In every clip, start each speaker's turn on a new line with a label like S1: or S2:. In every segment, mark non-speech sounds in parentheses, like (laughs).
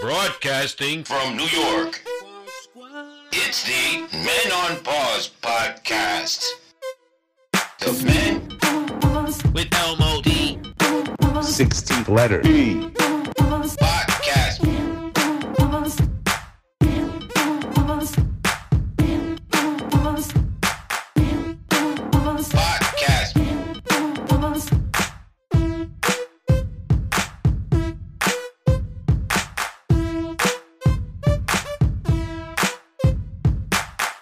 S1: Broadcasting from New York. It's the Men on Pause podcast. The men
S2: with Elmo D.
S3: 16th letter.
S1: podcast. Podcast.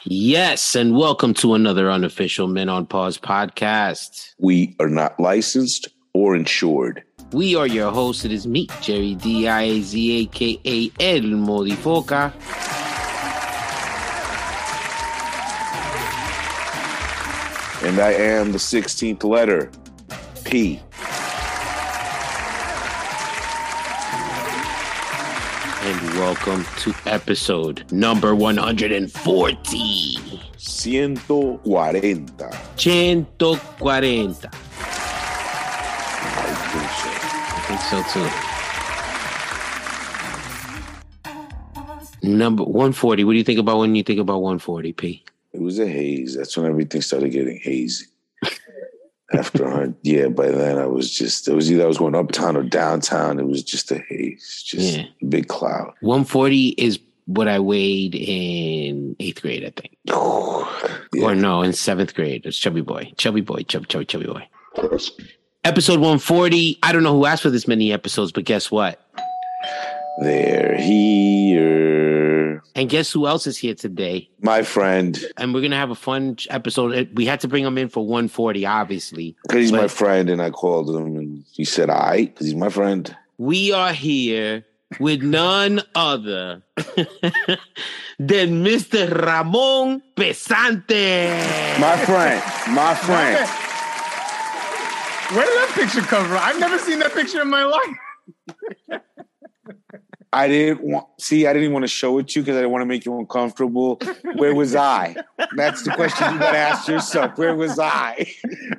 S2: Yes, and welcome to another unofficial Men on Pause podcast.
S3: We are not licensed or insured.
S2: We are your hosts. It is me, Jerry D I A Z, aka El Modifoca.
S3: And I am the 16th letter. P.
S2: And welcome to episode number 140.
S3: 140.
S2: 140.
S3: I
S2: I think so too. Number 140. What do you think about when you think about 140, P?
S3: appreciate It It was a haze. That's when everything started getting
S1: (laughs)
S3: hazy. After a hundred, yeah. By then, I was just. It was either I was going uptown or downtown. It was just a haze, just
S2: Yeah.
S3: a big cloud.
S2: 140 is what I weighed in eighth grade, I think. Or
S3: Yeah.
S2: no, in seventh grade. It's Chubby Boy. Chubby Boy. Chubby, chubby, chubby boy. Episode 140. I don't know who asked for this many episodes, but guess what?
S3: They're here,
S2: And guess who else is here today?
S3: my friend.
S2: And we're going to have a fun ch- episode. We had to bring him in for 140, obviously.
S3: Because he's my
S2: But-
S3: friend, and I called him, and he said, "I," because he's my friend.
S2: We are here with none other (laughs) than Mr. Ramon Pesante.
S3: My friend, my friend.
S4: Where did that picture come from? I've never seen that picture in my life.
S3: I didn't want. See, I didn't want to show it to you because I didn't want to make you uncomfortable. Where was I? That's the question you got to ask yourself. Where was I?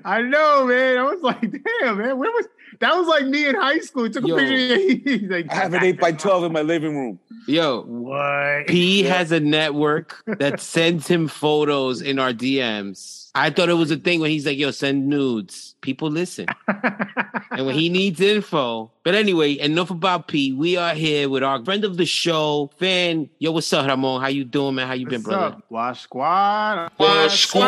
S4: I know, man. I was like, damn, man. Where was that? Was like me in high school. Took a
S2: Yo.
S4: picture. Of (laughs) He's like,
S3: I have an eight by twelve in my living room.
S2: Yo,
S4: What?
S2: He has a network
S4: (laughs)
S2: that sends him photos in our DMs. I thought it was a thing when he's like, yo, send nudes. People
S4: (laughs)
S2: listen. and when he needs info. But anyway, enough about P. We are here with our friend of the show, Finn. Yo, what's up, Ramon? How you doing, man? How you been,
S4: What's
S2: brother?
S4: up, Wash Squad?
S1: Wash Squad.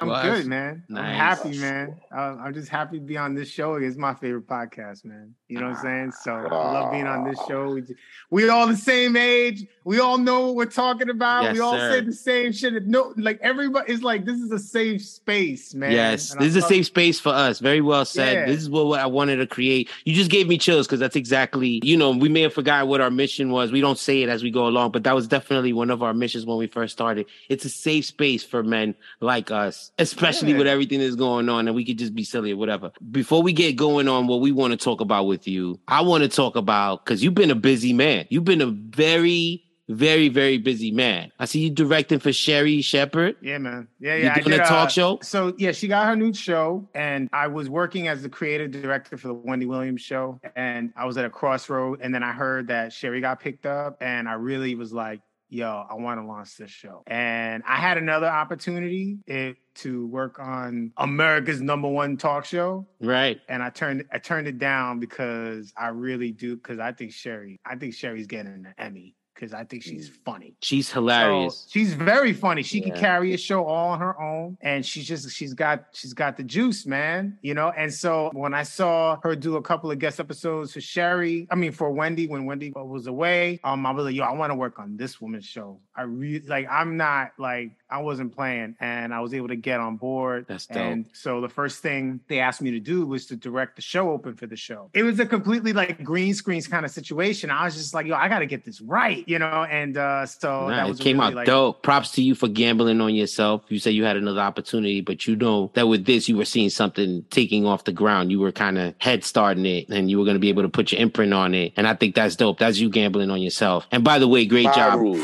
S4: I'm
S2: Wash.
S4: good, man. I'm
S2: Nice.
S4: happy, man. Uh, I'm just happy to be on this show. It's my favorite podcast, man. You know what I'm saying? So I love being on this show. We, ju- we all the same age. We all know what we're talking about.
S2: Yes,
S4: we all
S2: sir.
S4: say the same shit. No, like everybody is like, this is a safe space, man.
S2: Yes,
S4: And
S2: this is
S4: I
S2: a
S4: love-
S2: safe space for us. Very well said.
S4: Yeah.
S2: This is what, what I wanted to create. You just gave me chills because that's exactly, you know, we may have forgot what our mission was. We don't say it as we go along, but that was definitely one of our missions when we first started. It's a safe space for men like us, especially
S4: Yeah.
S2: with everything that's going on, and we could just be silly or whatever. Before we get going on what we want to talk about with you, I want to talk about because you've been a busy man. You've been a very, very, very busy man. I see you directing for Sherry Shepherd.
S4: Yeah, man. Yeah,
S2: You
S4: yeah. I
S2: doing a
S4: did,
S2: talk
S4: uh,
S2: show?
S4: So yeah, she got her new show, and I was working as the creative director for the Wendy Williams show, and I was at a crossroad, and then I heard that Sherry got picked up, and I really was like, "Yo, I want to launch this show." And I had another opportunity it, to work on America's number one talk show,
S2: Right.
S4: and I turned I turned it down because I really do because I think Sherry, I think Sherry's getting an Emmy because I think she's
S2: Mm.
S4: funny.
S2: She's
S4: So,
S2: hilarious.
S4: she's very funny. She can
S2: Yeah.
S4: carry a show all on her own, and she's just she's got she's got the juice, man. You know. And so when I saw her do a couple of guest episodes for Sherry, I mean for Wendy when Wendy was away, um, I was like, yo, I want to work on this woman's show. I really like. I'm not like I wasn't playing, and I was able to get on board.
S2: That's dope.
S4: And so the first thing they asked me to do was to direct the show open for the show. It was a completely like green screens kind of situation. I was just like, yo, I got to get this right, you know? And uh, so
S2: Nah,
S4: that
S2: it
S4: was
S2: came
S4: really,
S2: out
S4: like,
S2: dope. Props to you for gambling on yourself. You said you had another opportunity, but you know that with this, you were seeing something taking off the ground. You were kind of head starting it, and you were going to be able to put your imprint on it. And I think that's dope. That's you gambling on yourself. And by the way, great
S3: My
S2: job.
S3: rule.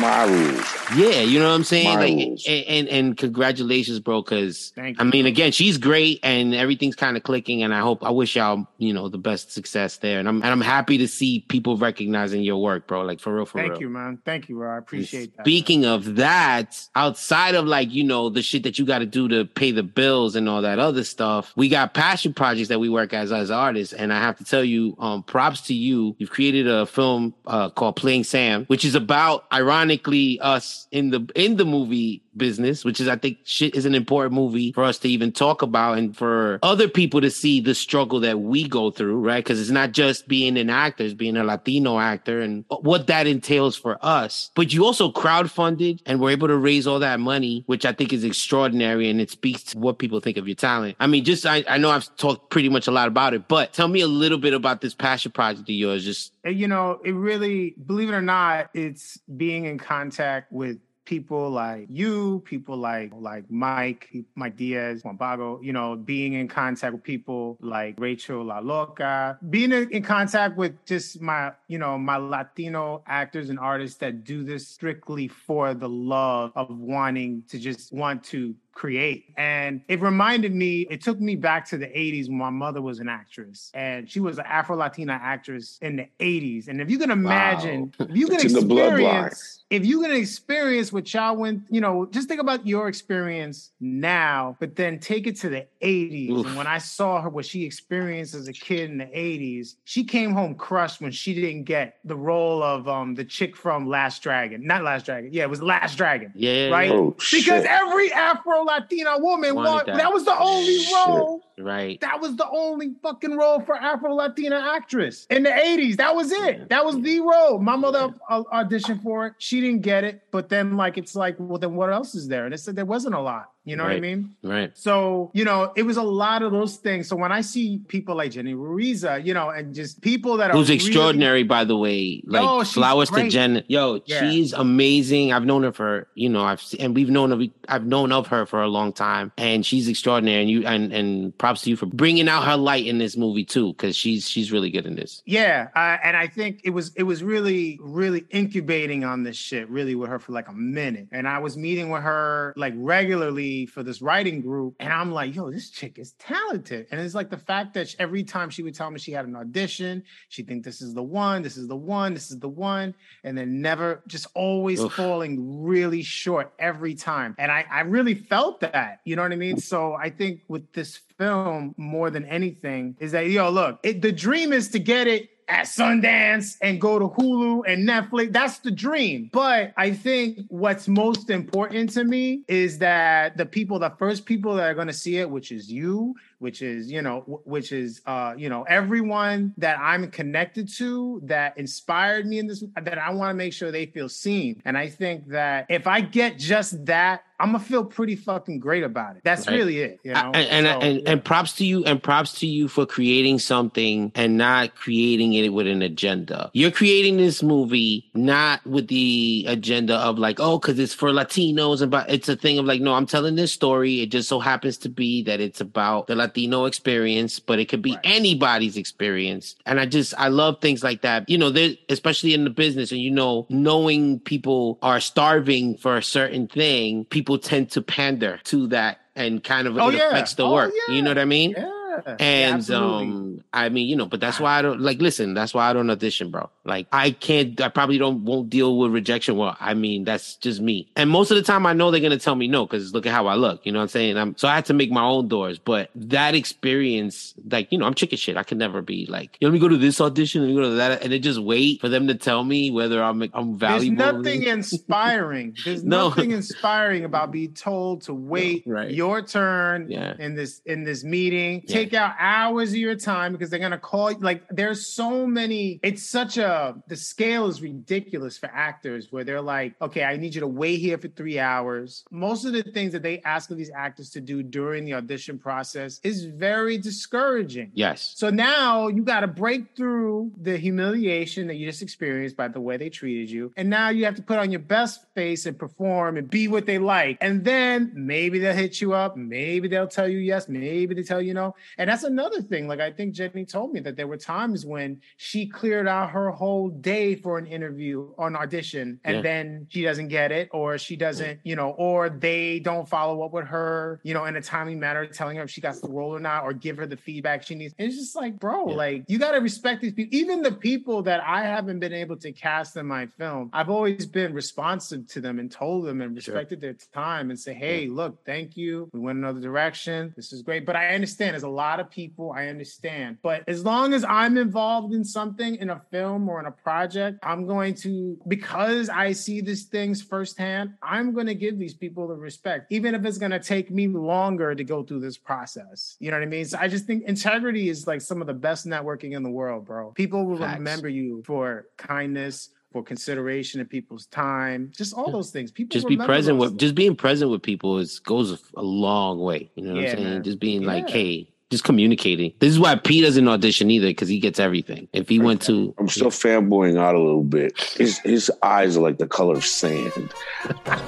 S3: My rules.
S2: Yeah, you know what I'm saying?
S3: My
S2: like,
S3: rules.
S2: and, and and congratulations, bro. Because
S4: Thank
S2: I
S4: you.
S2: mean, again, she's great, and everything's kind of clicking. And I hope, I wish y'all, you know, the best success there. And I'm and I'm happy to see people recognizing your work, bro. Like for real, for real.
S4: Thank you, man. Thank you, bro. I
S2: And
S4: appreciate that.
S2: Speaking of that, outside of like, you know, the shit that you got to do to pay the bills and all that other stuff, we got passion projects that we work as as artists. And I have to tell you, um, props to you. You've created a film uh, called Playing Sam, which is about ironically us in the in the movie business, which is I think shit is an important movie for us to even talk about and for other people to see the struggle that we go through, right? Because it's not just being an actor, it's being a Latino actor and what that entails for us. But you also crowdfunded and were able to raise all that money, which I think is extraordinary and it speaks to what people think of your talent. I mean, just I, I know I've talked pretty much a lot about it, but tell me a little bit about this passion project of yours. Just
S4: And, you know, it really, believe it or not, it's being in contact with people like you, people like like Mike, Mike Diaz, Juan Bago, you know, being in contact with people like Rachel La Loca, being in, in contact with just my, you know, my Latino actors and artists that do this strictly for the love of wanting to just want to create. And it reminded me, it took me back to the 80s when my mother was an actress and she was an Afro Latina actress in the 80s. And if you can imagine, if you can
S3: It's in the bloodline.
S4: experience, if you can experience what y'all went, you know, just think about your experience now, but then take it to the 80s.
S2: Oof.
S4: And when I saw her, what she experienced as a kid in the 80s, she came home crushed when she didn't get the role of um the chick from Last Dragon. Not Last Dragon. Yeah, it was Last Dragon
S2: yeah,
S4: Right.
S2: yeah,
S3: Oh
S4: because
S3: shit!
S4: every Afro Latina woman
S2: Wanted
S4: wanted
S2: that.
S4: that. was the only
S3: Shit.
S4: role.
S2: right.
S4: That was the only fucking role for Afro Latina actress in the 80s. That was
S2: Yeah.
S4: it. That was the role. My
S2: Yeah.
S4: mother au- auditioned for it. She didn't get it. But then, like, it's like, well, then what else is there? And it said there wasn't a lot. You know what I
S2: Right.
S4: mean?
S2: Right.
S4: So, you know, it was a lot of those things. So when I see people like Jenny Ruiza, you know, and just people that
S2: Who's
S4: are really-
S2: extraordinary, by the way. Like
S4: No, she's
S2: flowers to
S4: great.
S2: Jen. Yo,
S4: Yeah.
S2: she's amazing. I've known her for you know I've se- and we've known of e, I've known of her for a long time, and she's extraordinary. And you and and props to you for bringing out her light in this movie too, because she's she's really good in this.
S4: Yeah, uh, and I think it was it was really really incubating on this shit really with her for like a minute, and I was meeting with her like regularly for this writing group, and I'm like, yo, this chick is talented, and it's like the fact that sh- every time she would tell me she had an audition, she think this is the one, this is the one, this is the one, and then never just always
S2: Oof.
S4: falling really short every time, and I I really felt that, you know what I mean? So I think with this film more than anything is that yo look it, the dream is to get it at Sundance and go to Hulu and Netflix. That's the dream. But I think what's most important to me is that the people, the first people that are going to see it, which is you, which is, you know, wh- which is, uh, you know, everyone that I'm connected to that inspired me in this, that I want to make sure they feel seen. And I think that if I get just that, I'm going to feel pretty fucking great about it. That's
S2: Right.
S4: really it. You know?
S2: I- and and,
S4: So,
S2: and, and props to you and props to you for creating something and not creating it with an agenda. You're creating this movie not with the agenda of like, oh, because it's for Latinos and but it's a thing of like, no, I'm telling this story. It just so happens to be that it's about the Latino experience, but it could be
S4: Right.
S2: anybody's experience. And I just I love things like that. You know, there especially in the business, and you know, knowing people are starving for a certain thing, people tend to pander to that and kind of
S4: Oh,
S2: it
S4: yeah.
S2: affects the
S4: Oh,
S2: work.
S4: yeah.
S2: You know what I mean?
S4: yeah. Yeah,
S2: And
S4: absolutely. Ah.
S2: um, I mean, you know, but that's why I don't like. Listen, that's why I don't audition, bro. Like, I can't. I probably don't won't deal with rejection. Well, I mean, that's just me. And most of the time, I know they're gonna tell me no because look at how I look. You know what I'm saying? I'm so I had to make my own doors. But that experience, like, you know, I'm chicken shit. I could never be like, you know, let me go to this audition, let me go to that, and then just wait for them to tell me whether I'm I'm valuable.
S4: There's nothing
S2: (laughs)
S4: inspiring. There's
S2: No.
S4: nothing inspiring about being told to wait
S2: right.
S4: your turn
S2: Yeah.
S4: in this in this meeting.
S2: Yeah.
S4: Take out hours of your time because they're gonna call you. Like there's so many. It's such a the scale is ridiculous for actors where they're like, okay, I need you to wait here for three hours. Most of the things that they ask of these actors to do during the audition process is very discouraging.
S2: Yes.
S4: So now you got to break through the humiliation that you just experienced by the way they treated you. And now you have to put on your best face and perform and be what they like. And then maybe they'll hit you up. Maybe they'll tell you yes. Maybe they tell you no. And that's another thing. Like I think Jenny told me that there were times when she cleared out her whole day for an interview or an audition, and
S2: Yeah.
S4: then she doesn't get it, or she doesn't, you know, or they don't follow up with her, you know, in a timely manner, telling her if she got the role or not, or give her the feedback she needs. And it's just like, bro,
S2: Yeah.
S4: like you gotta respect these people. Even the people that I haven't been able to cast in my film, I've always been responsive to them and told them and
S2: Sure.
S4: respected respected their time and say, hey, look, thank you. We went another direction. This is great. But I understand there's a lot of people. I understand. But as long as I'm involved in something in a film or in a project, I'm going to, because I see these things firsthand, I'm going to give these people the respect, even if it's going to take me longer to go through this process. You know what I mean? So I just think integrity is like some of the best networking in the world, bro. People will
S2: Facts.
S4: remember you for kindness. For consideration of people's time, just all
S2: Yeah.
S4: those things. People
S2: just be
S4: remember
S2: present
S4: those
S2: with just being present with people is goes a long way. You know what
S4: Yeah,
S2: I'm saying?
S4: man.
S2: Just being like,
S4: Yeah.
S2: hey, just communicating. This is why P doesn't audition either because he gets everything. If he went to,
S3: I'm still fanboying out a little bit. His his eyes are like the color of sand.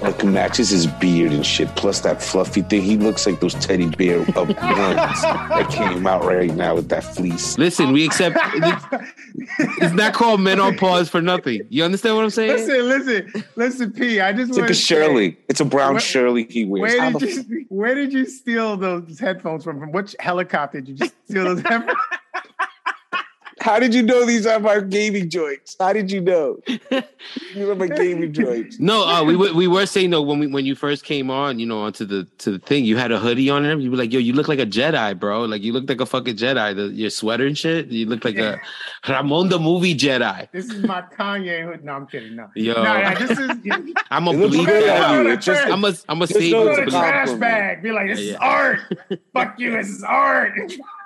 S3: Like matches his beard and shit. Plus that fluffy thing. He looks like those teddy bear up
S4: (laughs)
S3: ones that came out right now with that fleece.
S2: listen, we
S4: (laughs)
S2: accept. it's- it's not called men on pause for nothing. You understand what I'm saying?
S4: Listen, listen, listen, P. I just
S3: It's like
S4: want
S3: a
S4: to
S3: Shirley. It's a brown
S4: Where-
S3: Shirley he wears.
S4: Where
S3: How
S4: did
S3: the
S4: you where did you steal those headphones from? From which helicopter did you (laughs) just steal those headphones?
S3: How did you know these are my gaming joints? How did you
S4: (laughs)
S3: know? These are my gaming
S2: (laughs)
S3: joints.
S2: No, uh, we were, we were saying though when we when you first came on, you know, onto the to the thing, you had a hoodie on and everything. You were like, "Yo, you look like a Jedi, bro. Like you look like a fucking Jedi. The, your sweater and shit. You look like a Ramon the movie Jedi.
S4: This is my Kanye hood. No, I'm kidding. No,
S2: Yo,
S4: no, no
S2: (laughs)
S4: this is you
S2: I'm a
S3: It looks
S2: bleep
S3: good
S2: that.
S3: on
S2: out.
S3: you. It just,
S2: I'm a I'm a
S3: Just
S2: save
S3: know
S2: you
S4: put
S3: it's
S2: to
S4: a
S3: compliment.
S2: believe.
S4: trash bag. Be like, this
S2: Yeah,
S4: is
S2: yeah.
S4: art.
S2: (laughs)
S4: Fuck you, this is art.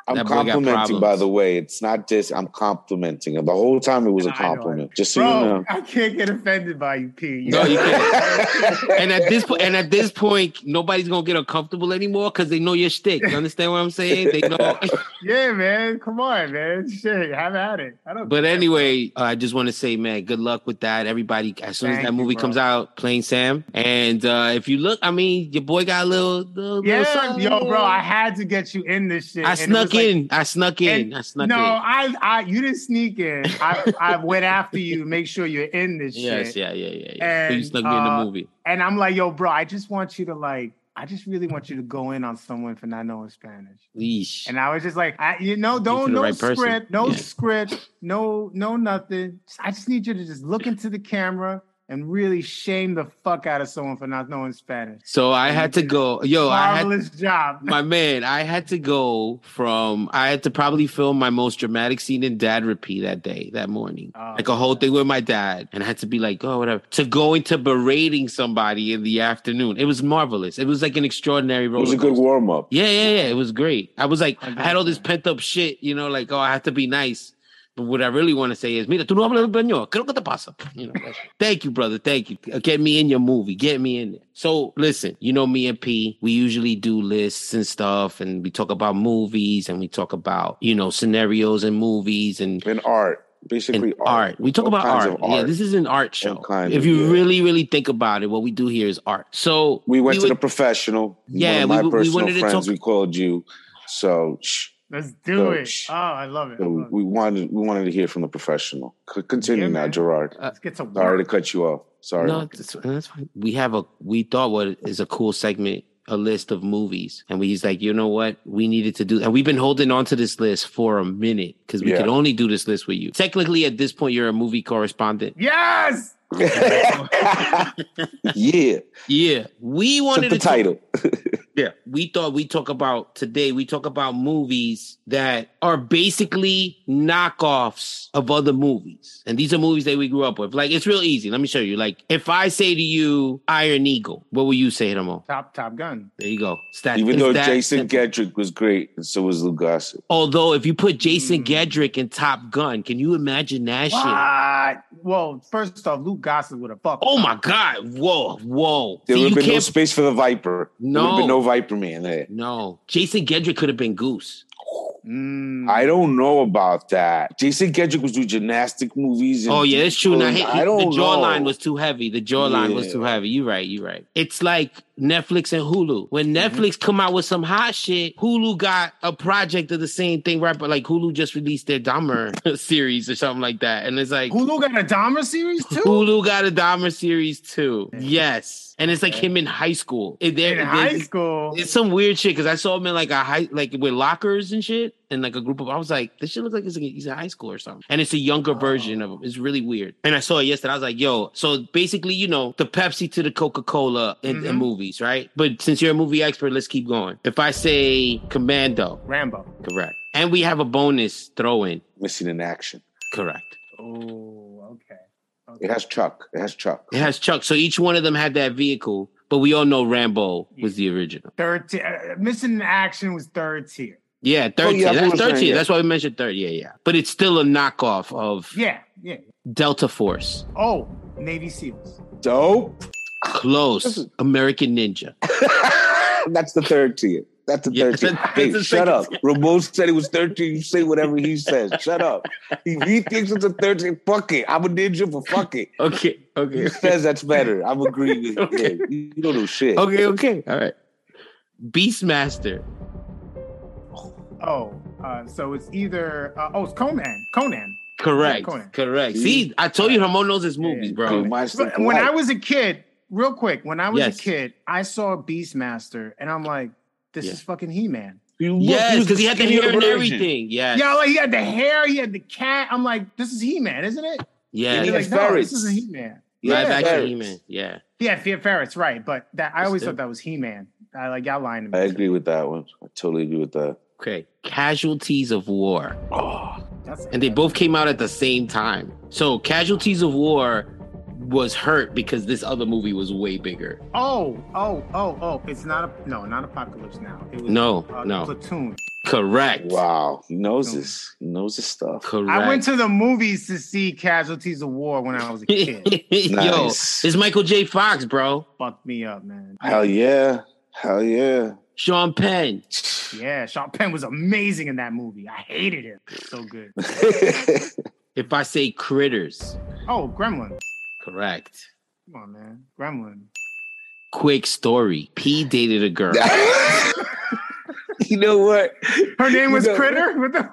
S3: I'm
S2: That boy got
S3: complimenting,
S2: problems.
S3: by the way. It's not just I'm complimenting. The whole time it was a
S4: I know, I know.
S3: compliment. Just so you
S4: Bro,
S3: know.
S4: I can't get offended by you, P.
S2: No, you
S4: (laughs)
S2: can't. and at this point, and at this point, nobody's gonna get uncomfortable anymore because they know your shtick. You understand what I'm saying? They
S4: (laughs)
S2: know.
S4: yeah, man. Come on, man. Shit, have at it. I don't
S2: But
S4: care.
S2: anyway, I just want to say, man, good luck with that. Everybody, as soon as
S4: Thank
S2: that
S4: you,
S2: movie
S4: bro.
S2: comes out, playing Sam. And uh, if you look, I mean, your boy got a little, little little
S4: Yeah,
S2: something.
S4: yo, bro, I had to get you in this shit.
S2: I
S4: and it
S2: snuck
S4: was like-
S2: in. I snuck in.
S4: And-
S2: I snuck
S4: no,
S2: in.
S4: I, I, you didn't sneak in. I, I went after you, make sure you're in this
S2: Yes,
S4: shit.
S2: yeah, yeah, yeah. yeah. So you
S4: And,
S2: snuck me in
S4: uh,
S2: the movie.
S4: And I'm like, yo, bro, I just want you to like, I just really want you to go in on someone for not knowing Spanish.
S2: Yeesh.
S4: And I was just like, I, you know,
S2: Looking for
S4: don't
S2: the
S4: no
S2: right person.
S4: script, no
S2: Yeah.
S4: script, no, no nothing. Just- I just need you to just look into the camera and really shame the fuck out of someone for not knowing Spanish.
S2: So I had to go. Yo, I had
S4: Marvelous job.
S2: my man, I had to go from I had to probably film my most dramatic scene in Dad Repeat that day, that morning.
S4: Oh,
S2: like a whole
S4: man.
S2: thing with my dad. And I had to be like, oh, whatever. To go into berating somebody in the afternoon. It was marvelous. It was like an extraordinary
S3: It
S2: roller
S3: was a good
S2: coaster.
S3: warm up.
S2: Yeah, yeah, yeah. It was great. I was like, I had all this pent up shit, you know, like, oh, I have to be nice. But what I really want to say is, mira, tú no hablas español. ¿Qué es lo que te pasa? You know, that shit. thank you, brother. Thank you. Uh, Get me in your movie. Get me in there. So listen, you know me and P, we usually do lists and stuff, and we talk about movies and we talk about, you know, scenarios and movies and
S3: And art.
S2: and
S3: Basically
S2: art. We talk
S3: All
S2: about
S3: kinds
S2: art.
S3: of
S2: Yeah,
S3: art.
S2: this is an art show.
S3: All kinds
S2: if
S3: of-
S2: you
S3: yeah.
S2: really, really think about it, what we do here is art. So
S3: We went to
S2: would-
S3: the professional.
S2: Yeah,
S3: one of
S2: we-
S3: my
S2: we
S3: personal
S2: wanted to
S3: friends.
S2: talk-
S3: We called you, so shh,
S4: Let's do
S3: So,
S4: it.
S3: sh-
S4: Oh, I love it. I
S3: so
S4: love it.
S3: we wanted we wanted to hear from the professional. C- continue
S4: Yeah,
S3: now,
S4: man.
S3: Gerard.
S4: Let's get to work.
S3: Sorry to cut you off. Sorry. (laughs)
S2: No, that's, that's fine. We have a we thought what is a cool segment, a list of movies, and we, he's like, you know what, we needed to do, and we've been holding on to this list for a minute because we
S3: Yeah.
S2: could only do this list with you. Technically, at this point, you're a movie correspondent.
S4: Yes.
S3: yeah,
S2: Yeah, we
S3: took
S2: wanted to
S3: the
S2: talk-
S3: title.
S2: Yeah. We thought we talk about today, we talk about movies that are basically knockoffs of other movies. And these are movies that we grew up with. Like, it's real easy. Let me show you. Like, if I say to you Iron Eagle, what will you say, Hamo?
S4: Top Top Gun.
S2: There you go. It's that,
S3: Even
S2: it's
S3: though
S2: that
S3: Jason
S2: simple.
S3: Gedrick was great, and so was Lou Gossett.
S2: Although, if you put Jason
S3: Hmm.
S4: Mm.
S2: Gedrick in Top Gun, can you imagine that shit?
S4: What? Well, first off, Luke Gossett would have fucked.
S2: Oh my God. Whoa, whoa.
S3: There
S2: See,
S3: would
S2: you
S3: have been no
S2: can't-
S3: space for the Viper. There would have
S2: No.
S3: been no Viper man there.
S2: no, Jason Gedrick could have been Goose.
S4: Mm.
S3: I don't know about that. Jason Gedrick was doing gymnastic movies. And
S2: Oh yeah, that's true. Now,
S3: I
S2: I
S3: don't
S2: the jawline
S3: know.
S2: was too heavy. The jawline was
S3: Yeah.
S2: too heavy. You're right. You're right. It's like Netflix and Hulu. When
S3: Mm-hmm.
S2: Netflix come out with some hot shit, Hulu got a project of the same thing, right? But like Hulu just released their Dahmer (laughs) series or something like that, and it's like
S4: Hulu got a Dahmer series too.
S2: Hulu got a Dahmer series too.
S4: Yeah.
S2: Yes, and it's like him in high school. It- there-
S4: In
S2: there's-
S4: high school,
S2: It's some weird shit because I saw him in like a high, like with lockers and shit, and like a group of. I was like, this shit looks like it's like he's in high school or something, and it's a younger version
S4: Oh.
S2: of him. It's really weird. And I saw it yesterday. I was like, yo. So basically, you know, the Pepsi to the Coca Cola in, in
S4: Mhm.
S2: movies, right? But since you're a movie expert, let's keep going. If I say Commando,
S4: Rambo.
S2: correct, and we have a bonus throw in,
S3: Missing in action.
S2: correct.
S4: Oh, okay.
S3: It has Chuck. It has Chuck.
S2: It has Chuck. So each one of them had that vehicle, but we all know Rambo was the original.
S4: Third tier. Uh, missing in action was third tier.
S2: Yeah, third
S3: Oh, yeah,
S2: tier.
S3: I
S2: That's
S3: was saying,
S2: third tier.
S3: yeah.
S2: That's why we mentioned third. Yeah, yeah. But it's still a knockoff of
S4: Yeah, yeah.
S2: Delta Force.
S4: Oh, Navy SEALs.
S3: Dope. (laughs)
S2: Close. American Ninja.
S3: That's the third tier. That's the
S2: Yeah,
S3: third tier.
S2: that's
S3: Hey,
S2: the
S3: shut
S2: second
S3: up. Ramon said it was third tier. You say whatever he says. Shut up. If he thinks it's a third tier, fuck it. I'm a ninja for fuck it.
S2: Okay,
S3: He
S2: okay.
S3: says that's better. I'm agreeing with you.
S2: Okay.
S3: Yeah, you. You don't know shit.
S2: Okay, okay. All right. Beastmaster.
S4: Oh, uh, so it's either uh, oh, it's Conan. Conan.
S2: Correct.
S4: Yeah, Conan.
S2: Correct.
S3: See?
S2: See, I told you Ramon knows his
S4: Yeah, yeah,
S2: movies,
S3: I
S2: bro.
S3: mean, mine's still
S4: But when I
S3: polite.
S4: was a kid, real quick, when I was
S2: Yes.
S4: a kid, I saw Beastmaster, and I'm like, this
S2: Yeah.
S4: is fucking He Man.
S3: You look,
S2: Yes,
S3: was
S2: because he had the
S3: skinnier
S2: hair and
S3: version.
S2: everything. Yes.
S4: Yeah, like he had the hair, he had the cat. I'm like, this is He Man, isn't it?
S2: Yeah.
S4: And
S3: he
S4: you're
S3: had
S4: like, no,
S3: ferrets.
S4: this isn't He Man.
S3: Yeah,
S2: Live action
S3: Ferris.
S2: He-Man. Yeah.
S4: Yeah, Fear Ferret's right, but that I
S2: It's
S4: always
S2: still-
S4: thought that was He Man. I like y'all lying to
S3: I
S4: me.
S3: agree with that one. I totally agree with that.
S2: Okay. Casualties of War.
S3: Oh,
S4: That's-
S2: and they both came out at the same time. So Casualties of War was hurt because this other movie was way bigger.
S4: oh, oh, oh, oh! It's not a no, not Apocalypse Now. It was
S2: No,
S4: uh,
S2: no,
S4: Platoon.
S2: correct.
S3: wow. He knows this. He knows this stuff.
S2: Correct.
S4: I went to the movies to see Casualties of War when
S2: (laughs)
S4: I was a kid.
S2: Yo,
S3: Nice.
S2: it's Michael J. Fox, bro.
S4: Fucked me up, man.
S3: Hell yeah. Hell yeah. (laughs)
S2: Sean Penn.
S4: Yeah, Sean Penn was amazing in that movie. I hated him. So good.
S2: If I say critters,
S4: Oh, Gremlin.
S2: correct.
S4: Come on, man. Gremlin.
S2: Quick story. P dated a
S3: (laughs)
S2: girl.
S3: you know what?
S4: Her name was
S3: You know-
S4: Critter. What the-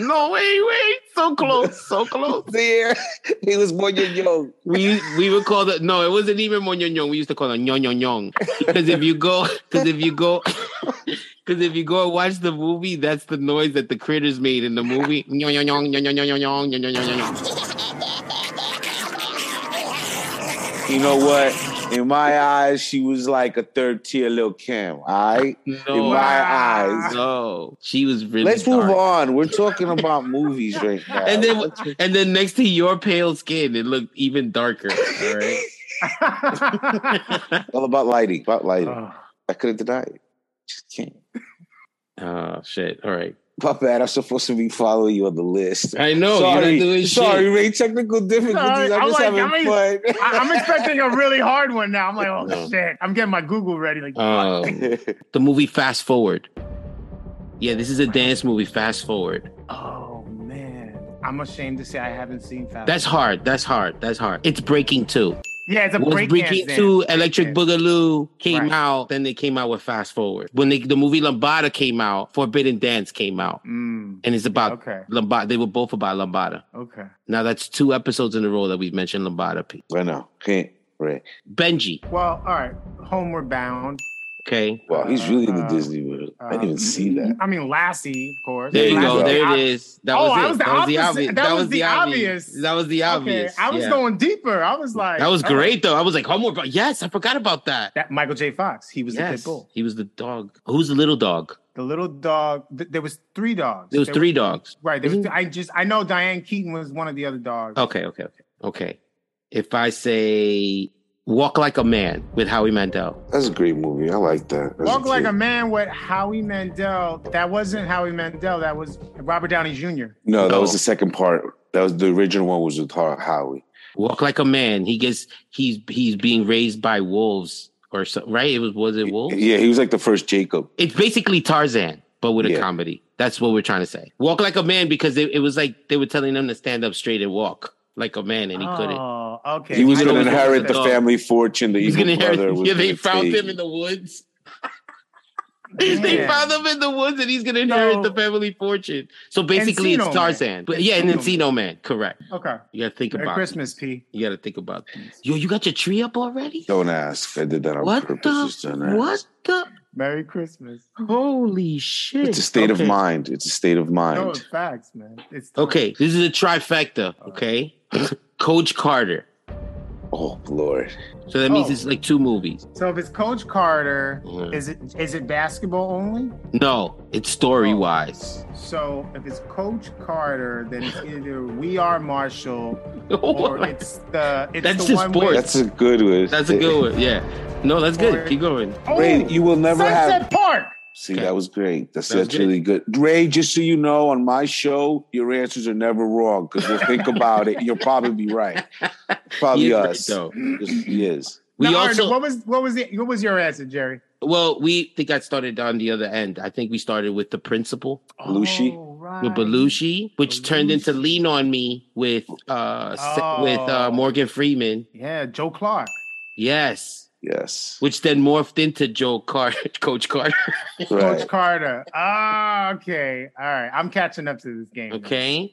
S2: no, wait, wait. So close. So close.
S3: There, he was born young. young.
S2: We we would call that no, it wasn't even monyonyong. We used to call it nyonyonyong because if you go, because if you go, because if you go and watch the movie, that's the noise that the critters made in the movie. Nyonyonyong, nyonyonyong, nyonyonyong.
S3: You know what? In my eyes, she was like a third tier little Kim. All right. In
S2: No,
S3: my
S4: Wow.
S3: eyes.
S2: no, she was really.
S3: Let's move
S2: dark.
S3: on. We're talking about movies right now.
S2: And then, and then next to your pale skin, it looked even darker. All
S3: (laughs)
S2: right.
S3: all about lighting. About lighting.
S4: (laughs)
S2: Uh.
S4: Oh,
S3: I couldn't deny it. Just can't.
S2: oh shit! All right.
S3: My bad. I'm supposed to be following you on the list.
S2: I know.
S3: sorry,
S2: You're not doing
S3: sorry,
S2: Shit.
S3: Ray. Technical difficulties.
S4: Sorry,
S3: I'm
S4: I'm
S3: just
S4: like,
S3: having
S4: I mean-
S3: fun.
S4: I,
S3: (laughs)
S4: am expecting a really hard one now. I'm like, oh
S2: No.
S4: shit. I'm getting my Google ready. Like,
S2: Um, the movie Fast Forward. Yeah, this is a dance movie, Fast Forward.
S4: oh man. I'm ashamed to say I haven't seen Fast.
S2: That's hard. That's hard. That's hard. It's Breaking Two.
S4: yeah, it's a
S2: Was
S4: break
S2: Breaking Two, Electric
S4: dance.
S2: Boogaloo came
S4: Right.
S2: out. Then they came out with Fast Forward. When they, the movie Lombada came out, Forbidden Dance came out,
S4: Mm,
S2: and it's about
S4: okay.
S2: Lombada. They were both about Lombada.
S4: Okay.
S2: Now that's two episodes in a row that we've mentioned Lombada. P.
S3: I know. Can't. Ray.
S2: Benji.
S4: Well, all right. Homeward Bound.
S2: Okay.
S3: Wow, he's really in the
S4: Uh,
S3: Disney world. I didn't
S4: um,
S3: even see that.
S4: I mean, Lassie, of course.
S2: There you
S3: There you
S2: go.
S3: go.
S2: There it is. That was
S4: Oh, I
S2: it.
S4: was the
S2: that was the
S4: opposite.
S2: obvious.
S4: That was the obvious.
S2: That was the obvious.
S4: Okay, I was
S2: Yeah.
S4: going deeper. I was like,
S2: That was
S4: all right.
S2: great though. I was like, homeward. Bound. Yes, I forgot about that.
S4: That Michael J. Fox, he was the pit
S2: yes,
S4: bull.
S2: he was the dog. Who's the little dog?
S4: The little dog. Th- there was three dogs.
S2: There was three dogs.
S4: right. There was.
S2: Isn't-
S4: I just. I know Diane Keaton was one of the other dogs.
S2: Okay, okay, okay, okay. If I say "Walk Like a Man" with Howie Mandel,
S3: That's a great movie. I like that. That's
S4: Walk like
S3: great-
S4: a man with Howie Mandel. That wasn't Howie Mandel. That was Robert Downey Jr.
S3: No, that was
S2: No.
S3: the second part. That was the original one was with Ho- Howie.
S2: "Walk Like a Man," he gets he's he's being raised by wolves or so, right? It was was it wolves?
S3: Yeah, he was like the first Jacob.
S2: It's basically Tarzan, but with a
S3: Yeah.
S2: comedy. That's what we're trying to say. Walk like a man because it, it was like they were telling them to stand up straight and walk. like a man, and he couldn't.
S4: Oh, okay.
S3: He was
S2: I
S4: I
S2: know
S3: going to
S2: he's
S3: inherit
S2: a
S3: the
S2: dog.
S3: family fortune. The
S2: He's
S3: evil
S2: gonna hear.
S3: brother was
S2: Yeah, they
S3: gonna
S2: found
S3: take.
S2: him in the woods. (laughs)
S4: Damn.
S2: They found him in the woods, and he's gonna inherit
S4: So-
S2: the family fortune. So basically,
S4: Encino Man.
S2: it's Tarzan. But yeah, and
S4: Encino
S2: Encino Man, correct.
S4: Oh, Okay.
S2: You gotta think
S4: Merry
S2: about it.
S4: Christmas, P.
S2: You gotta think about these. Yo, you got your tree up already?
S3: Don't ask. I did that on
S2: what
S3: purpose. Just
S2: the?
S3: don't ask.
S2: What the?
S4: Merry Christmas.
S2: Holy shit!
S3: It's a state
S2: Okay.
S3: of mind. It's a state of
S4: No,
S3: mind.
S4: it's facts, man. It's
S2: Okay, this is a trifecta.
S4: All right.
S2: Okay, (clears throat) Coach Carter.
S3: Oh Lord.
S2: So that means
S4: Oh.
S2: it's like two movies.
S4: So if it's Coach Carter,
S2: Mhm.
S4: is it is it basketball only?
S2: No, it's story wise.
S4: So if it's Coach Carter, then it's either We Are Marshall
S2: (laughs)
S4: or
S2: That's
S4: it's the it's
S2: That's
S4: the
S2: just
S4: one where-
S2: sports.
S3: That's a good one.
S2: a good one. Yeah. No, that's good.
S4: Or-
S2: Keep going.
S4: Oh,
S3: Ray, you will never
S4: Sunset
S3: have.
S4: Park.
S3: See,
S2: Okay.
S3: that was great. That's,
S2: That was
S3: that's really good. Ray, just so you know, on my show, your answers are never wrong because we'll think about it. You'll probably be
S2: (laughs)
S3: right. Probably
S2: He is right,
S3: us.
S2: though.
S3: Yes, he is.
S2: We
S4: Now, Arnold,
S2: also
S4: what was what was the, what was your answer, Jerry?
S2: well, we think I started on the other end. I think we started with the principal
S3: Belushi?
S4: Oh, right.
S2: with Belushi, which turned into
S4: Belushi.
S2: Lean on Me with uh se- with uh
S4: Oh.
S2: Morgan Freeman.
S4: Yeah, Joe Clark.
S2: Yes.
S3: Yes.
S2: Which then morphed into Joe Carter, (laughs) Coach
S4: (laughs)
S2: Carter.
S3: Right.
S4: Coach Carter. Ah, okay. All right. I'm catching up to this game.
S2: Okay.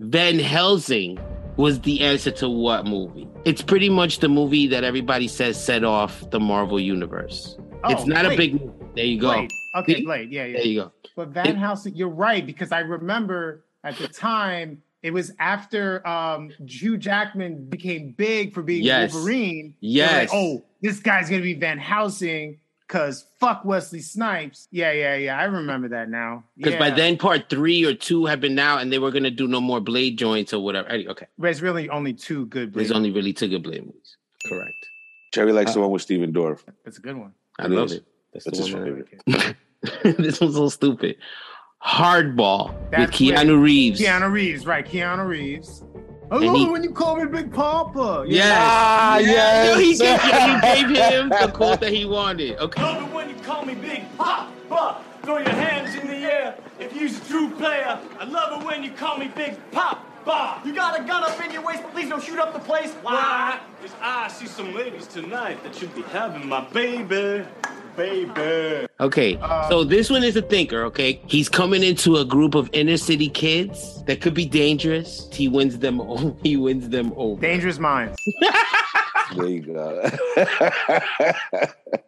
S2: Van Helsing was the answer to what movie? It's pretty much the movie that everybody says set off the Marvel universe.
S4: Oh,
S2: it's not a
S4: Blade,
S2: big movie. There you go.
S4: Blade. Okay,
S2: See?
S4: Blade. Yeah, yeah.
S2: There you go.
S4: But Van Helsing, you're right because I remember at the time it was after um, Hugh Jackman became big for being
S2: Yes.
S4: Wolverine. They were like,
S2: Yes.
S4: oh, this guy's gonna be Van Helsing because fuck Wesley Snipes. Yeah, yeah, yeah. I remember that now.
S2: Because
S4: yeah.
S2: by then, part three or two had been out, and they were gonna do no more Blade joints or whatever. Any- Okay,
S4: there's really only two good.
S2: there's
S4: Blade.
S2: only really two good Blade movies. Correct.
S3: Jerry likes the one with Steven Dorff.
S4: That's a good one.
S2: I
S3: It
S2: love
S3: is.
S2: it. That's,
S3: That's
S2: the
S3: his
S2: one. I
S3: favorite.
S2: like. (laughs) this one's so stupid. Hardball
S4: That's
S2: with Keanu Reeves.
S4: Keanu Reeves, right? Keanu Reeves. I
S2: And
S4: love
S2: he-
S4: it when you call me Big Papa.
S2: Yes.
S3: Ah,
S2: Yo,
S3: yes.
S2: he gave, yo, you gave (laughs) him the quote that he wanted. Okay.
S5: Love it when you call me Big Pop, Pop. Throw your hands in the air if you's a true player. I love it when you call me Big Pop, Pop. You got a gun up in your waist, please don't shoot up the place. Why? Because I see some ladies tonight that should be having my baby, baby.
S2: Okay. so this one is a thinker, okay? He's coming into a group of inner city kids that could be dangerous. He wins them (laughs) o- he wins them over.
S4: Dangerous Minds.
S3: There you go.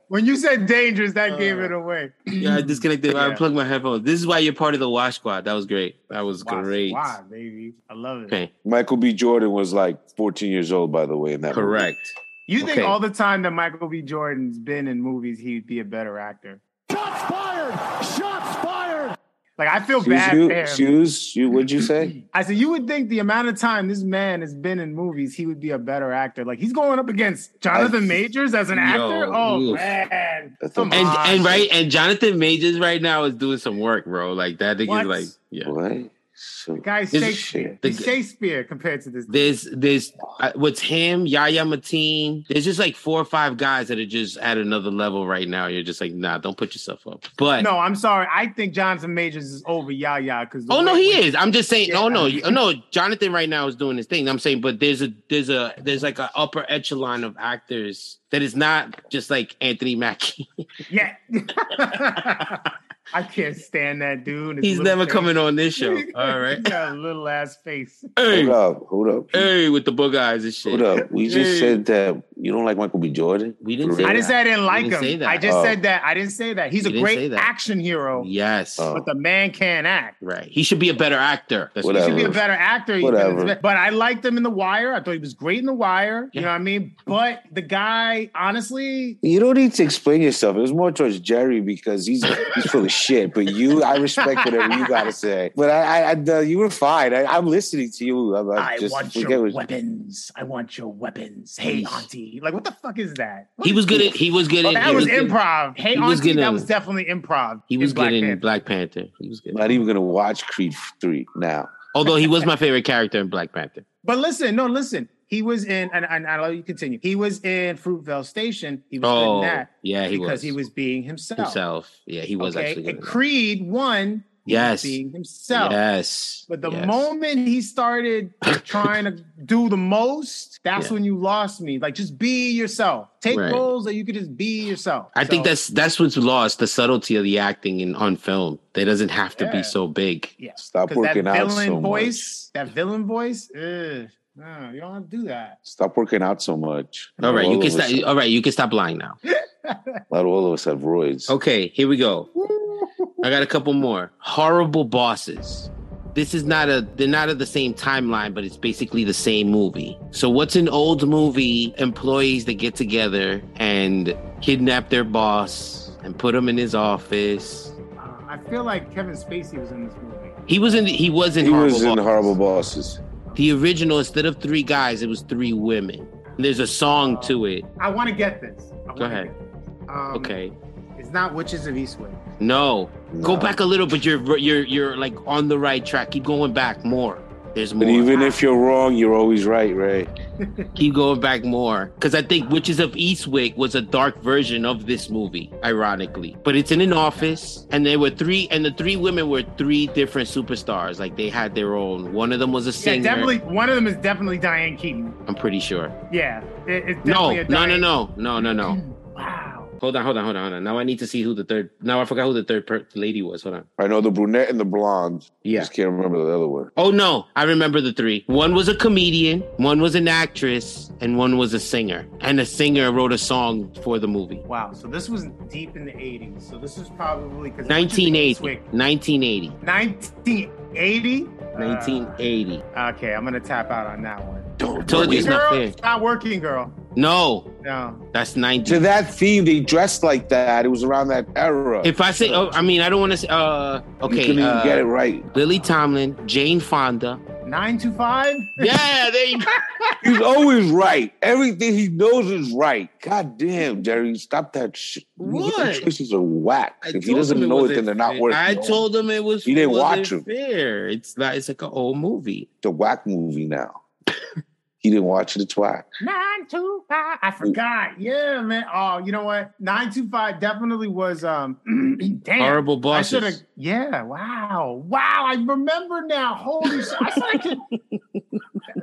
S4: When you said dangerous, that
S2: Uh,
S4: gave it away.
S2: Yeah, I disconnected. I
S4: Yeah.
S2: unplugged my headphones. This is why you're part of the Wash Squad. That was great. That was
S4: Wow,
S2: great.
S4: Wow, baby. I love it.
S2: Okay,
S3: (laughs) Michael B. Jordan was like 14 years old, by the way, in that movie.
S2: correct.
S4: You think
S2: Okay.
S4: all the time that Michael B. Jordan's been in movies, he'd be a better actor.
S5: Shots fired! Shots fired!
S4: Like I feel
S3: Shoes,
S4: bad
S3: you,
S4: for him.
S3: shoes, you, what'd you say?
S4: I said, you would think the amount of time this man has been in movies, he would be a better actor. Like he's going up against Jonathan
S3: I-
S4: Majors as an
S2: Yo,
S4: actor. Oh
S2: oof.
S4: man,
S3: That's a-
S4: Come
S2: And
S4: on.
S2: and right and Jonathan Majors right now is doing some work, bro. Like that nigga
S4: What?
S2: is like yeah.
S3: What? So,
S4: Guy's
S2: This
S3: is
S4: Shakespeare.
S3: shit.
S4: He's Shakespeare compared to this.
S2: There's there's uh, what's him Yaya Mateen. There's just like four or five guys that are just at another level right now. You're just like nah, don't put yourself up. But
S4: No, I'm sorry. I think Jonathan Majors is over Yaya because
S2: Oh no, he is. I'm just saying.
S4: Yeah.
S2: Oh no, you- oh, no. Jonathan right now is doing his thing. I'm saying, but there's a there's a there's like an upper echelon of actors that is not just like Anthony Mackie.
S4: Yeah. (laughs) I can't stand that dude. His
S2: He's
S4: little
S2: never
S4: face.
S2: coming on this
S4: (laughs)
S2: show. All
S4: He
S3: (laughs)
S2: right.
S4: got a little ass face.
S3: hold
S2: Hey,
S3: up, hold up,
S2: hey, with the bug eyes and
S3: hold
S2: shit.
S3: up. We just
S2: Hey.
S3: said that you don't like Michael B. Jordan.
S2: We didn't
S3: For
S2: say
S4: I
S3: real?
S4: didn't say I didn't like
S2: didn't say
S4: him.
S2: that.
S4: I just
S3: Oh.
S4: said that. I didn't say that. He's
S2: You
S4: a
S2: didn't say
S4: great
S2: that.
S4: action hero,
S2: Yes.
S3: Oh.
S4: but the man can't act.
S2: Right. He should be a better actor. That's
S4: He
S2: what
S3: Whatever.
S4: should be a better actor. He's been-
S3: Whatever.
S4: But I liked him in The Wire. I thought he was great in The Wire.
S2: Yeah.
S4: You know what I mean? But the guy, honestly,
S3: You don't need to explain yourself. It was more towards Jerry because he's he's full of shit. But you, I respect whatever you got to say. But I, I, I the, you were fine. I, I'm listening to you. I'm, I'm
S4: I
S3: just
S4: want
S3: forget
S4: your
S3: what-
S4: weapons. I want your weapons. Hey, auntie. Like, what the fuck is that? What
S2: he
S4: is
S2: was good
S4: this?
S2: at. He was good
S4: Well,
S2: at.
S4: Oh, that
S2: he
S4: was
S2: good-
S4: improv. Hey,
S2: he was
S4: auntie,
S2: gonna-
S4: that was definitely improv.
S2: He was
S4: in
S2: good
S4: Black
S2: in
S4: Panther.
S2: Black Panther. He was good.
S3: Not even gonna watch Creed three now.
S2: Although he was my favorite character in Black Panther.
S4: But listen, no, listen. He was in, and, and I'll let you continue. He was in Fruitvale Station. He was good in
S2: Oh,
S4: that
S2: yeah, he
S4: because
S2: was.
S4: he was being himself.
S2: himself. Yeah, he was
S4: okay,
S2: actually. good
S4: and
S2: in that.
S4: Creed one
S2: Yes.
S4: being himself.
S2: Yes.
S4: But the
S2: yes.
S4: moment he started
S2: (coughs)
S4: trying to do the most, that's
S2: Yeah.
S4: when you lost me. Like just be yourself. Take
S2: Right.
S4: roles that you could just be yourself.
S2: I think
S4: So,
S2: that's that's what's lost the subtlety of the acting in on film. That doesn't have to
S4: Yeah.
S2: be so big.
S4: yeah.
S3: Stop
S4: 'Cause that
S3: working out
S4: villain
S3: so much.
S4: voice, that villain voice, ugh, no, you don't have to do that.
S3: Stop working out so much.
S2: All right, you
S3: of
S2: can
S3: us-
S2: stop. All right, you can stop lying now.
S3: Not all of us have roids.
S2: Okay, here we
S3: (laughs)
S2: go. I got a couple more. Horrible bosses. This is not a they're not of the same timeline, but it's basically the same movie. So what's an old movie employees that get together and kidnap their boss and put him in his office?
S4: Uh, I feel like Kevin Spacey was in this movie.
S2: He was in he was in
S3: He
S2: horrible
S3: was in
S2: Bosses.
S3: horrible bosses.
S2: The original instead of three guys, it was three women. And there's a song to it.
S4: I want to get this. I wanna
S2: ahead.
S4: get this. Um,
S2: Okay.
S4: It's not Witches of Eastwick.
S2: No. Go
S3: No.
S2: back a little, but you're you're you're like on the right track. Keep going back more. There's more.
S3: But even if you're wrong, you're always right, Ray.
S2: Keep going back more. Because I think Witches of Eastwick was a dark version of this movie, ironically. But it's in an office, and there were three, and the three women were three different superstars. Like they had their own. One of them was a singer.
S4: Yeah, definitely. One of them is definitely Diane Keaton.
S2: I'm pretty sure.
S4: Yeah, it- it's
S2: No,
S4: definitely a
S2: no, no,
S4: Diane-
S2: no, no, no, no.
S4: Wow.
S2: Hold on, hold on, hold on, hold on. Now I need to see who the third. Now I forgot who the third per- lady was. Hold on.
S3: I know the brunette and the blonde.
S2: Yeah.
S3: Just can't remember the other one.
S2: Oh no, I remember the three. One was a comedian, one was an actress, and one was a singer. And the singer wrote a song for the movie.
S4: Wow. So this was deep in the 80s. So this is probably because
S2: 1980. 1980.
S4: 1980.
S2: 1980.
S4: Uh, okay, I'm gonna tap out on that one.
S3: Don't
S2: Told you
S3: worry.
S2: it's not
S4: girl,
S2: fair.
S4: it's not working, girl.
S2: No,
S4: No.
S2: that's
S3: To
S2: 90.
S3: that theme, they dressed like that. It was around that era.
S2: If I say, oh, I mean, I don't want to say, uh,
S3: you
S2: okay.
S3: couldn't even
S2: uh,
S3: get it right.
S2: Lily Tomlin, Jane
S3: (laughs)
S2: Fonda.
S4: Nine to five.
S2: Yeah, there you go.
S3: He's always right. Everything he knows is right. God damn, Jerry, stop that shit. Your
S2: What?
S3: choices are whack.
S2: I
S3: if he
S2: told
S3: doesn't
S2: him
S3: know it,
S2: wasn't
S3: then they're not
S2: fair.
S3: worth
S2: I
S3: it.
S2: told him it was.
S3: You didn't
S2: wasn't
S3: watch 'em.
S2: Fair. It's not. It's like an old movie.
S3: the whack
S2: (laughs)
S3: movie now. he didn't watch it. It's whack.
S4: Nine to five. I forgot. Yeah, man. Oh, you know what? Nine to five definitely was. Um, (clears throat) damn.
S2: Horrible
S4: I
S2: bosses.
S4: should have. Yeah. Wow. Wow. I remember now. Holy shit! I said I could.
S2: (laughs)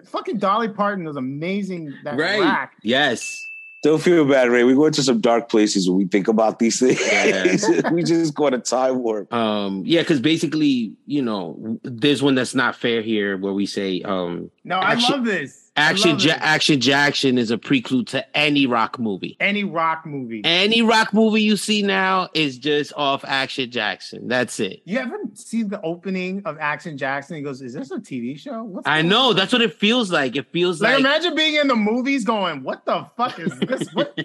S4: Fucking Dolly Parton was amazing. That rack.
S2: Yes.
S3: Don't feel bad, Ray. We go into some dark places when we think about these things.
S2: Yeah.
S3: (laughs) we just go on a time warp.
S2: Um. Yeah. Because basically, you know, there's one that's not fair here, where we say, um,
S4: No,
S2: Action-
S4: I love this. I
S2: action,
S4: love
S2: ja-
S4: this.
S2: action, jackson is a preclude to any rock movie.
S4: Any rock movie.
S2: Any rock movie you see now is just off action Jackson. That's it.
S4: You ever see the opening of Action Jackson? He goes, "Is this a TV show?" What's
S2: I
S4: going
S2: know.
S4: on?"
S2: That's what it feels like. It feels
S4: Like,
S2: like.
S4: imagine being in the movies, going, "What the fuck is this?
S2: (laughs)
S4: What?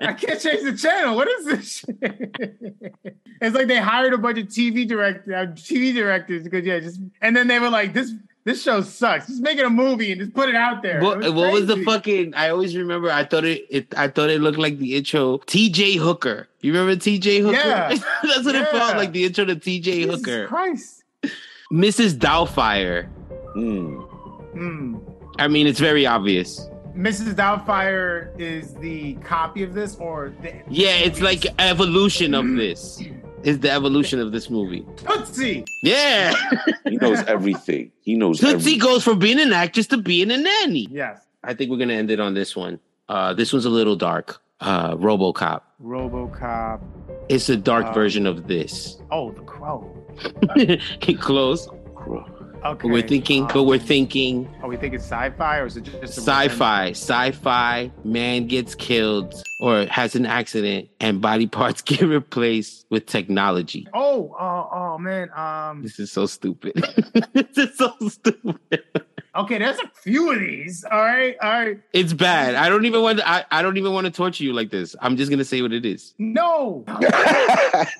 S4: I can't change the channel. What is this?" shit?" (laughs) it's like they hired a bunch of TV director, uh, TV directors, because yeah, just and then they were like, "This this show sucks. Just make it a movie and just put it out there."
S2: What,
S4: It
S2: was, what was the
S4: crazy.
S2: fucking? I always remember. I thought it, it. I thought it looked like the intro. T.J. Hooker. You remember T.J. Hooker?
S4: Yeah.
S2: (laughs) That's what it felt
S4: Yeah.
S2: like. The intro to T.J.
S4: Jesus
S2: Hooker.
S4: Christ.
S2: Mrs. Doubtfire.
S3: Hmm.
S4: Hmm.
S2: I mean, it's very obvious.
S4: Mrs. Doubtfire is the copy of this, or the
S2: Yeah, it's like evolution of
S4: Mm-hmm.
S2: this. Is the evolution of this movie?
S4: Tootsie. (laughs)
S2: Yeah,
S3: He knows everything. He knows
S2: Tootsie
S3: everything.
S2: goes from being an actress to being a nanny.
S4: Yes.
S2: I think we're gonna end it on this one. Uh, this one's a little dark. Uh, RoboCop.
S4: RoboCop.
S2: It's a dark
S4: Um,
S2: version of
S4: (laughs)
S2: this.
S4: Oh, The Crow.
S2: Close.
S4: Okay.
S2: But we're thinking. But we're thinking.
S4: Are we thinking sci-fi or is it just a
S2: Sci-fi. Sci-fi. Man gets killed or has an accident, and body parts (laughs) get replaced with technology.
S4: Oh, oh, oh man. Um.
S2: This is so stupid. (laughs) this is so stupid.
S4: Okay, there's a few of these. All right, all right.
S2: It's bad. I don't even want. To, I I don't even want to torture you like this. I'm just gonna say what it is. (laughs)
S4: No.
S3: (laughs)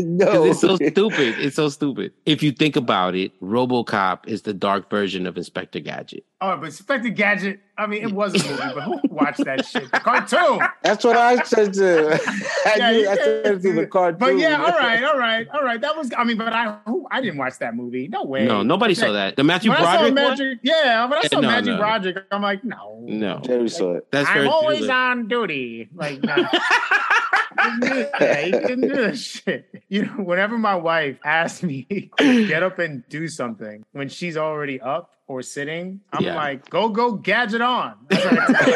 S3: no.
S2: 'Cause It's
S3: (laughs)
S2: so stupid. It's so stupid. If you think about it, RoboCop is the dark version of Inspector Gadget.
S4: All right, Oh, but Inspector Gadget. I mean, it was a movie, but
S2: (laughs)
S4: who watched that shit? Cartoon.
S3: That's what I said
S4: (laughs)
S3: to. (laughs) I
S4: Yeah,
S3: knew
S4: you
S3: I
S4: can't
S3: said
S4: do
S3: to the
S4: it.
S3: cartoon.
S4: But yeah, all right, all right, all right. That was. I mean, but I who I didn't watch that movie. No way.
S2: No, nobody saw that. The Matthew
S4: When I saw
S2: Broderick one.
S4: Magic, yeah, when I
S2: Yeah,
S4: saw
S2: no,
S4: Magic
S2: no.
S4: Broderick, I'm like, no.
S2: No,
S3: (laughs)
S4: (laughs)
S3: Jerry saw it. (laughs)
S2: that's
S4: I'm
S2: very (laughs)
S4: always
S2: thriller.
S4: on duty. Like, no. yeah, he didn't do that shit. You know, whenever my wife asks me (laughs) get up and do something when she's already up or sitting, I'm
S2: Yeah.
S4: like, go, go, gadget on. That's what I tell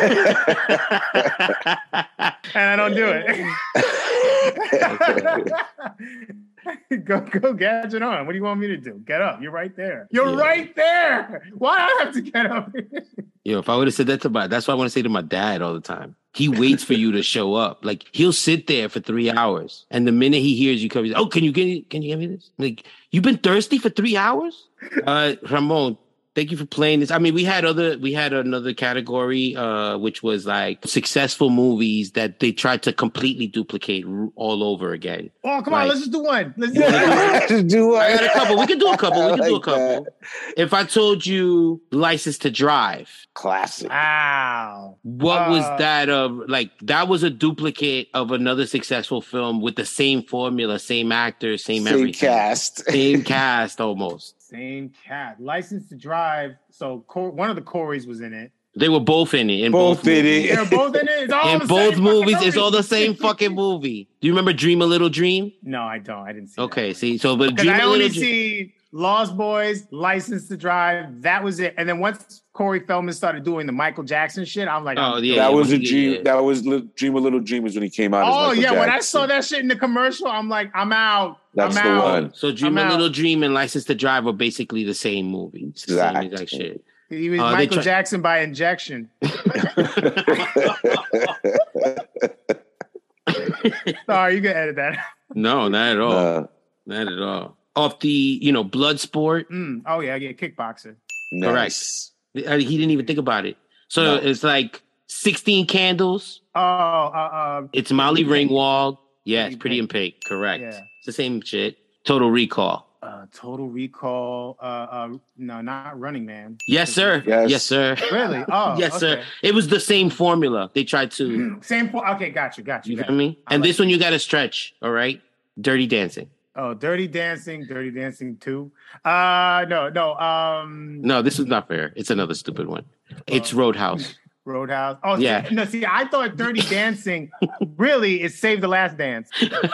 S4: her, and I don't do it. (laughs) go, go, gadget on. What do you want me to do? Get up. You're right there. You're
S2: Yeah.
S4: right there. Why do I have to get up? (laughs)
S2: Yo, if I would have said that to my, that's what I want to say to my dad all the time. He waits for you to show up. Like he'll sit there for three hours, and the minute he hears you come, he's oh, can you get, can you give me this? Like you've been thirsty for three
S3: (laughs)
S2: hours. Uh, Ramon, thank you for playing this. I mean, we had other, we had another category, uh, which was like successful movies that they tried to completely duplicate r- all over again.
S4: oh, come on.
S2: Right.
S4: Let's just do one. Let's do one.
S2: (laughs)
S3: Just do
S2: I got a
S3: it. (laughs)
S2: couple. We can do a couple. We can
S3: I
S2: do a
S3: like
S2: couple. If I told you License to Drive,
S3: Classic.
S4: Wow.
S2: What was
S4: Uh,
S2: that of like that was a duplicate of another successful film with the same formula, same actor, same,
S3: Same
S2: everything.
S3: cast. (laughs)
S2: (laughs) Same cast almost.
S4: Same cat. License to drive. So Cor- one of the Corys was in it.
S2: They were both in it. In both,
S3: Both did
S2: movies.
S3: it. (laughs)
S4: They're both in it. It's all the
S2: (laughs) In both
S4: same Oh, fucking
S2: movies, it's all the same fucking movie. Do you remember Dream a Little Dream?
S4: No, I don't. I didn't see.
S2: Okay, see, so but
S4: Because
S2: Dream
S4: I
S2: a Little
S4: only
S2: Dream.
S4: see Lost Boys, License to Drive. That was it. And then once Corey Feldman started doing the Michael Jackson shit, I'm like,
S2: Oh
S4: I'm-
S2: yeah,
S3: that was
S2: yeah,
S3: a dream.
S2: yeah.
S3: That was li- Dream of Little Dreamers when he came out. as
S4: oh
S3: Michael
S4: yeah. When I
S3: Jackson. (laughs)
S4: saw that shit in the commercial, I'm like, I'm out.
S3: that's
S4: I'm
S3: the
S4: out.
S3: one.
S2: So Dream
S4: I'm
S2: a
S4: out.
S2: Little Dream and License to Drive are basically the same movie. It's the same exact
S3: Exactly.
S2: shit.
S4: He was
S2: Uh, they
S4: Michael
S2: try-
S4: Jackson by injection. Sorry, you can edit that. (laughs)
S2: No, not at
S4: Oh,
S2: all.
S3: Uh,
S2: Not at all. Off the you know blood sport.
S4: Mm. Oh yeah, yeah, kickboxer.
S3: nice.
S2: I- Uh, He didn't even think about it. So
S3: No.
S2: it's like 16 candles.
S4: Oh, uh, uh,
S2: It's Molly
S4: Pretty in Pink.
S2: Ringwald. Yes,
S4: Pretty
S2: Pretty
S4: in
S2: in Pink. Correct.
S4: Yeah.
S2: It's the same shit. Total Recall.
S4: uh, Total Recall. Uh, uh, no, not Running Man.
S2: Yes, sir. Yes,
S3: Yes.
S2: sir.
S4: (laughs) Really? Oh,
S2: yes, sir. It was the same formula. They tried to.
S4: okay. (clears throat) Same. Po- okay, got you, got you.
S2: You
S4: Got
S2: feel
S4: you.
S2: me?
S4: I
S2: And
S4: like
S2: this one you got to stretch. All right. Dirty Dancing.
S4: Oh, Dirty Dancing, Dirty Dancing Two. Uh, no, no. Um,
S2: No, this is not fair. It's another stupid one.
S4: Oh.
S2: It's
S4: (laughs)
S2: Roadhouse. (laughs)
S4: Roadhouse. Oh,
S2: Yeah.
S4: yeah. no, see, I thought Dirty Dancing really is Save the Last
S2: (laughs)
S4: Dance. Bad-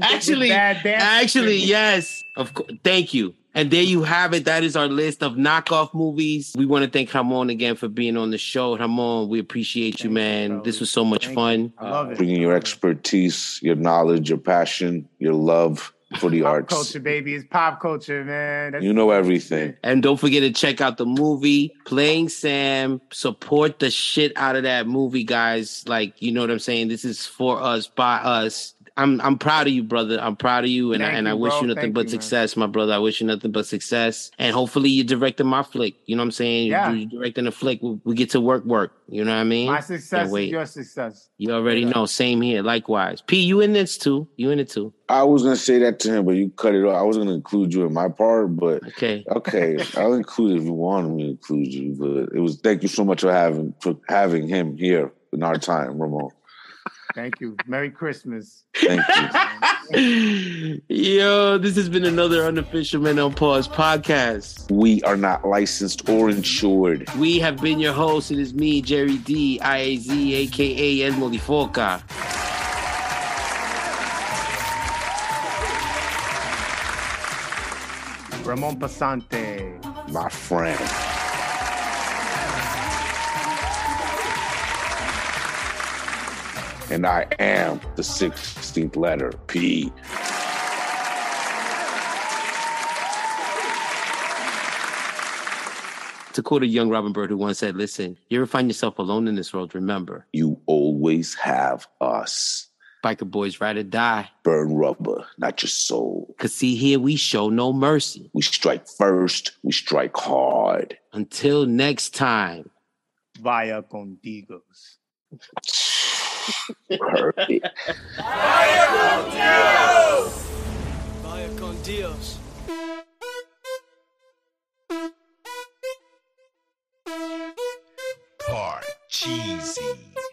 S2: actually,
S4: bad dance.
S2: Actually, yes. Of course. Thank you. And there you have it. That is our list of knockoff movies. We want to thank Ramon again for being on the show. Ramon, we appreciate you,
S4: Thank you,
S2: man.
S4: bro.
S2: this was so much
S4: Thank
S2: fun.
S4: I love it.
S3: Bringing your expertise, your knowledge, your passion, your love for the
S4: Pop
S3: arts.
S4: culture, baby, is pop culture, man. That's
S3: You know everything.
S2: And don't forget to check out the movie Playing Sam. Support the shit out of that movie, guys. Like, you know what I'm saying? This is for us, by us. I'm I'm proud of you, brother. I'm proud of you, and I,
S4: Thank
S2: and I
S4: you,
S2: wish
S4: bro.
S2: you nothing
S4: Thank
S2: but
S4: you, man.
S2: success, my brother. I wish you nothing but success, and hopefully you're directing my flick. You know what I'm saying?
S4: Yeah.
S2: You're directing a flick. We, we get to work, work. You know what I mean?
S4: my success
S2: wait.
S4: is your success.
S2: You already
S4: Yeah.
S2: know. Same here. Likewise, P. You in this too? You in it too?
S3: I was gonna say that to him, but you cut it off. I was gonna include you in my part, but
S2: Okay. (laughs)
S3: okay, I'll include if you want me to include you. But it was thank you so much for having for having him here in our time, Ramon.
S4: Thank you. Merry Christmas.
S3: Thank you.
S2: Yo, this has been another unofficial Men on Pause podcast.
S3: we are not licensed or insured.
S2: We have been your hosts. It is me, Jerry D, IAZ, aka Edmo Di Foca.
S4: Ramon Pasante.
S3: My friend. And I am the 16th letter, P.
S2: To quote a young Robin Bird who once said, Listen, you ever find yourself alone in this world, remember,
S3: You always have us.
S2: biker boys ride or die.
S3: Burn rubber, not your soul.
S2: Cause see here, we show no mercy.
S3: We strike first, we strike hard.
S2: Until next time.
S4: Vaya condigos.
S3: Perfect.
S6: Vaya con Dios.
S1: Part cheesy.